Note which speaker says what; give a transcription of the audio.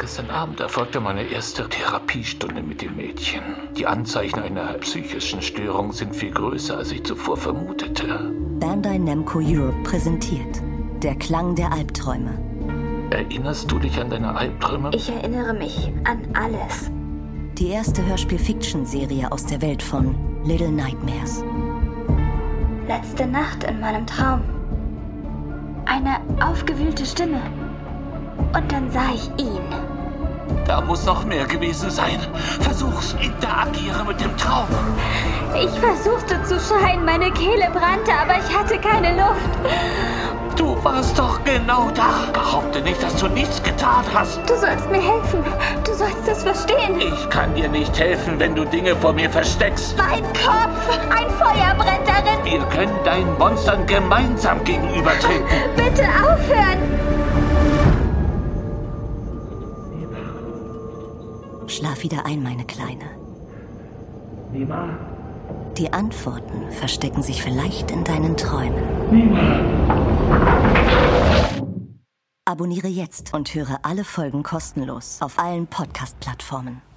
Speaker 1: Gestern Abend erfolgte meine erste Therapiestunde mit dem Mädchen. Die Anzeichen einer psychischen Störung sind viel größer, als ich zuvor vermutete.
Speaker 2: Bandai Namco Europe präsentiert Der Klang der Albträume.
Speaker 1: Erinnerst du dich an deine Albträume?
Speaker 3: Ich erinnere mich an alles.
Speaker 2: Die erste Hörspiel-Fiction-Serie aus der Welt von Little Nightmares.
Speaker 3: Letzte Nacht in meinem Traum. Eine aufgewühlte Stimme. Und dann sah ich ihn.
Speaker 1: Da muss noch mehr gewesen sein. Versuch's, interagiere mit dem Traum.
Speaker 3: Ich versuchte zu schreien, meine Kehle brannte, aber ich hatte keine Luft.
Speaker 1: Du warst doch genau da. Behaupte nicht, dass du nichts getan hast.
Speaker 3: Du sollst mir helfen. Du sollst das verstehen.
Speaker 1: Ich kann dir nicht helfen, wenn du Dinge vor mir versteckst.
Speaker 3: Mein Kopf! Ein Feuer brennt darin.
Speaker 1: Wir können deinen Monstern gemeinsam gegenübertreten.
Speaker 3: Bitte aufhören.
Speaker 2: Schlaf wieder ein, meine Kleine.
Speaker 1: Nima,
Speaker 2: Die Antworten verstecken sich vielleicht in deinen Träumen. Abonniere jetzt und höre alle Folgen kostenlos auf allen Podcast-Plattformen.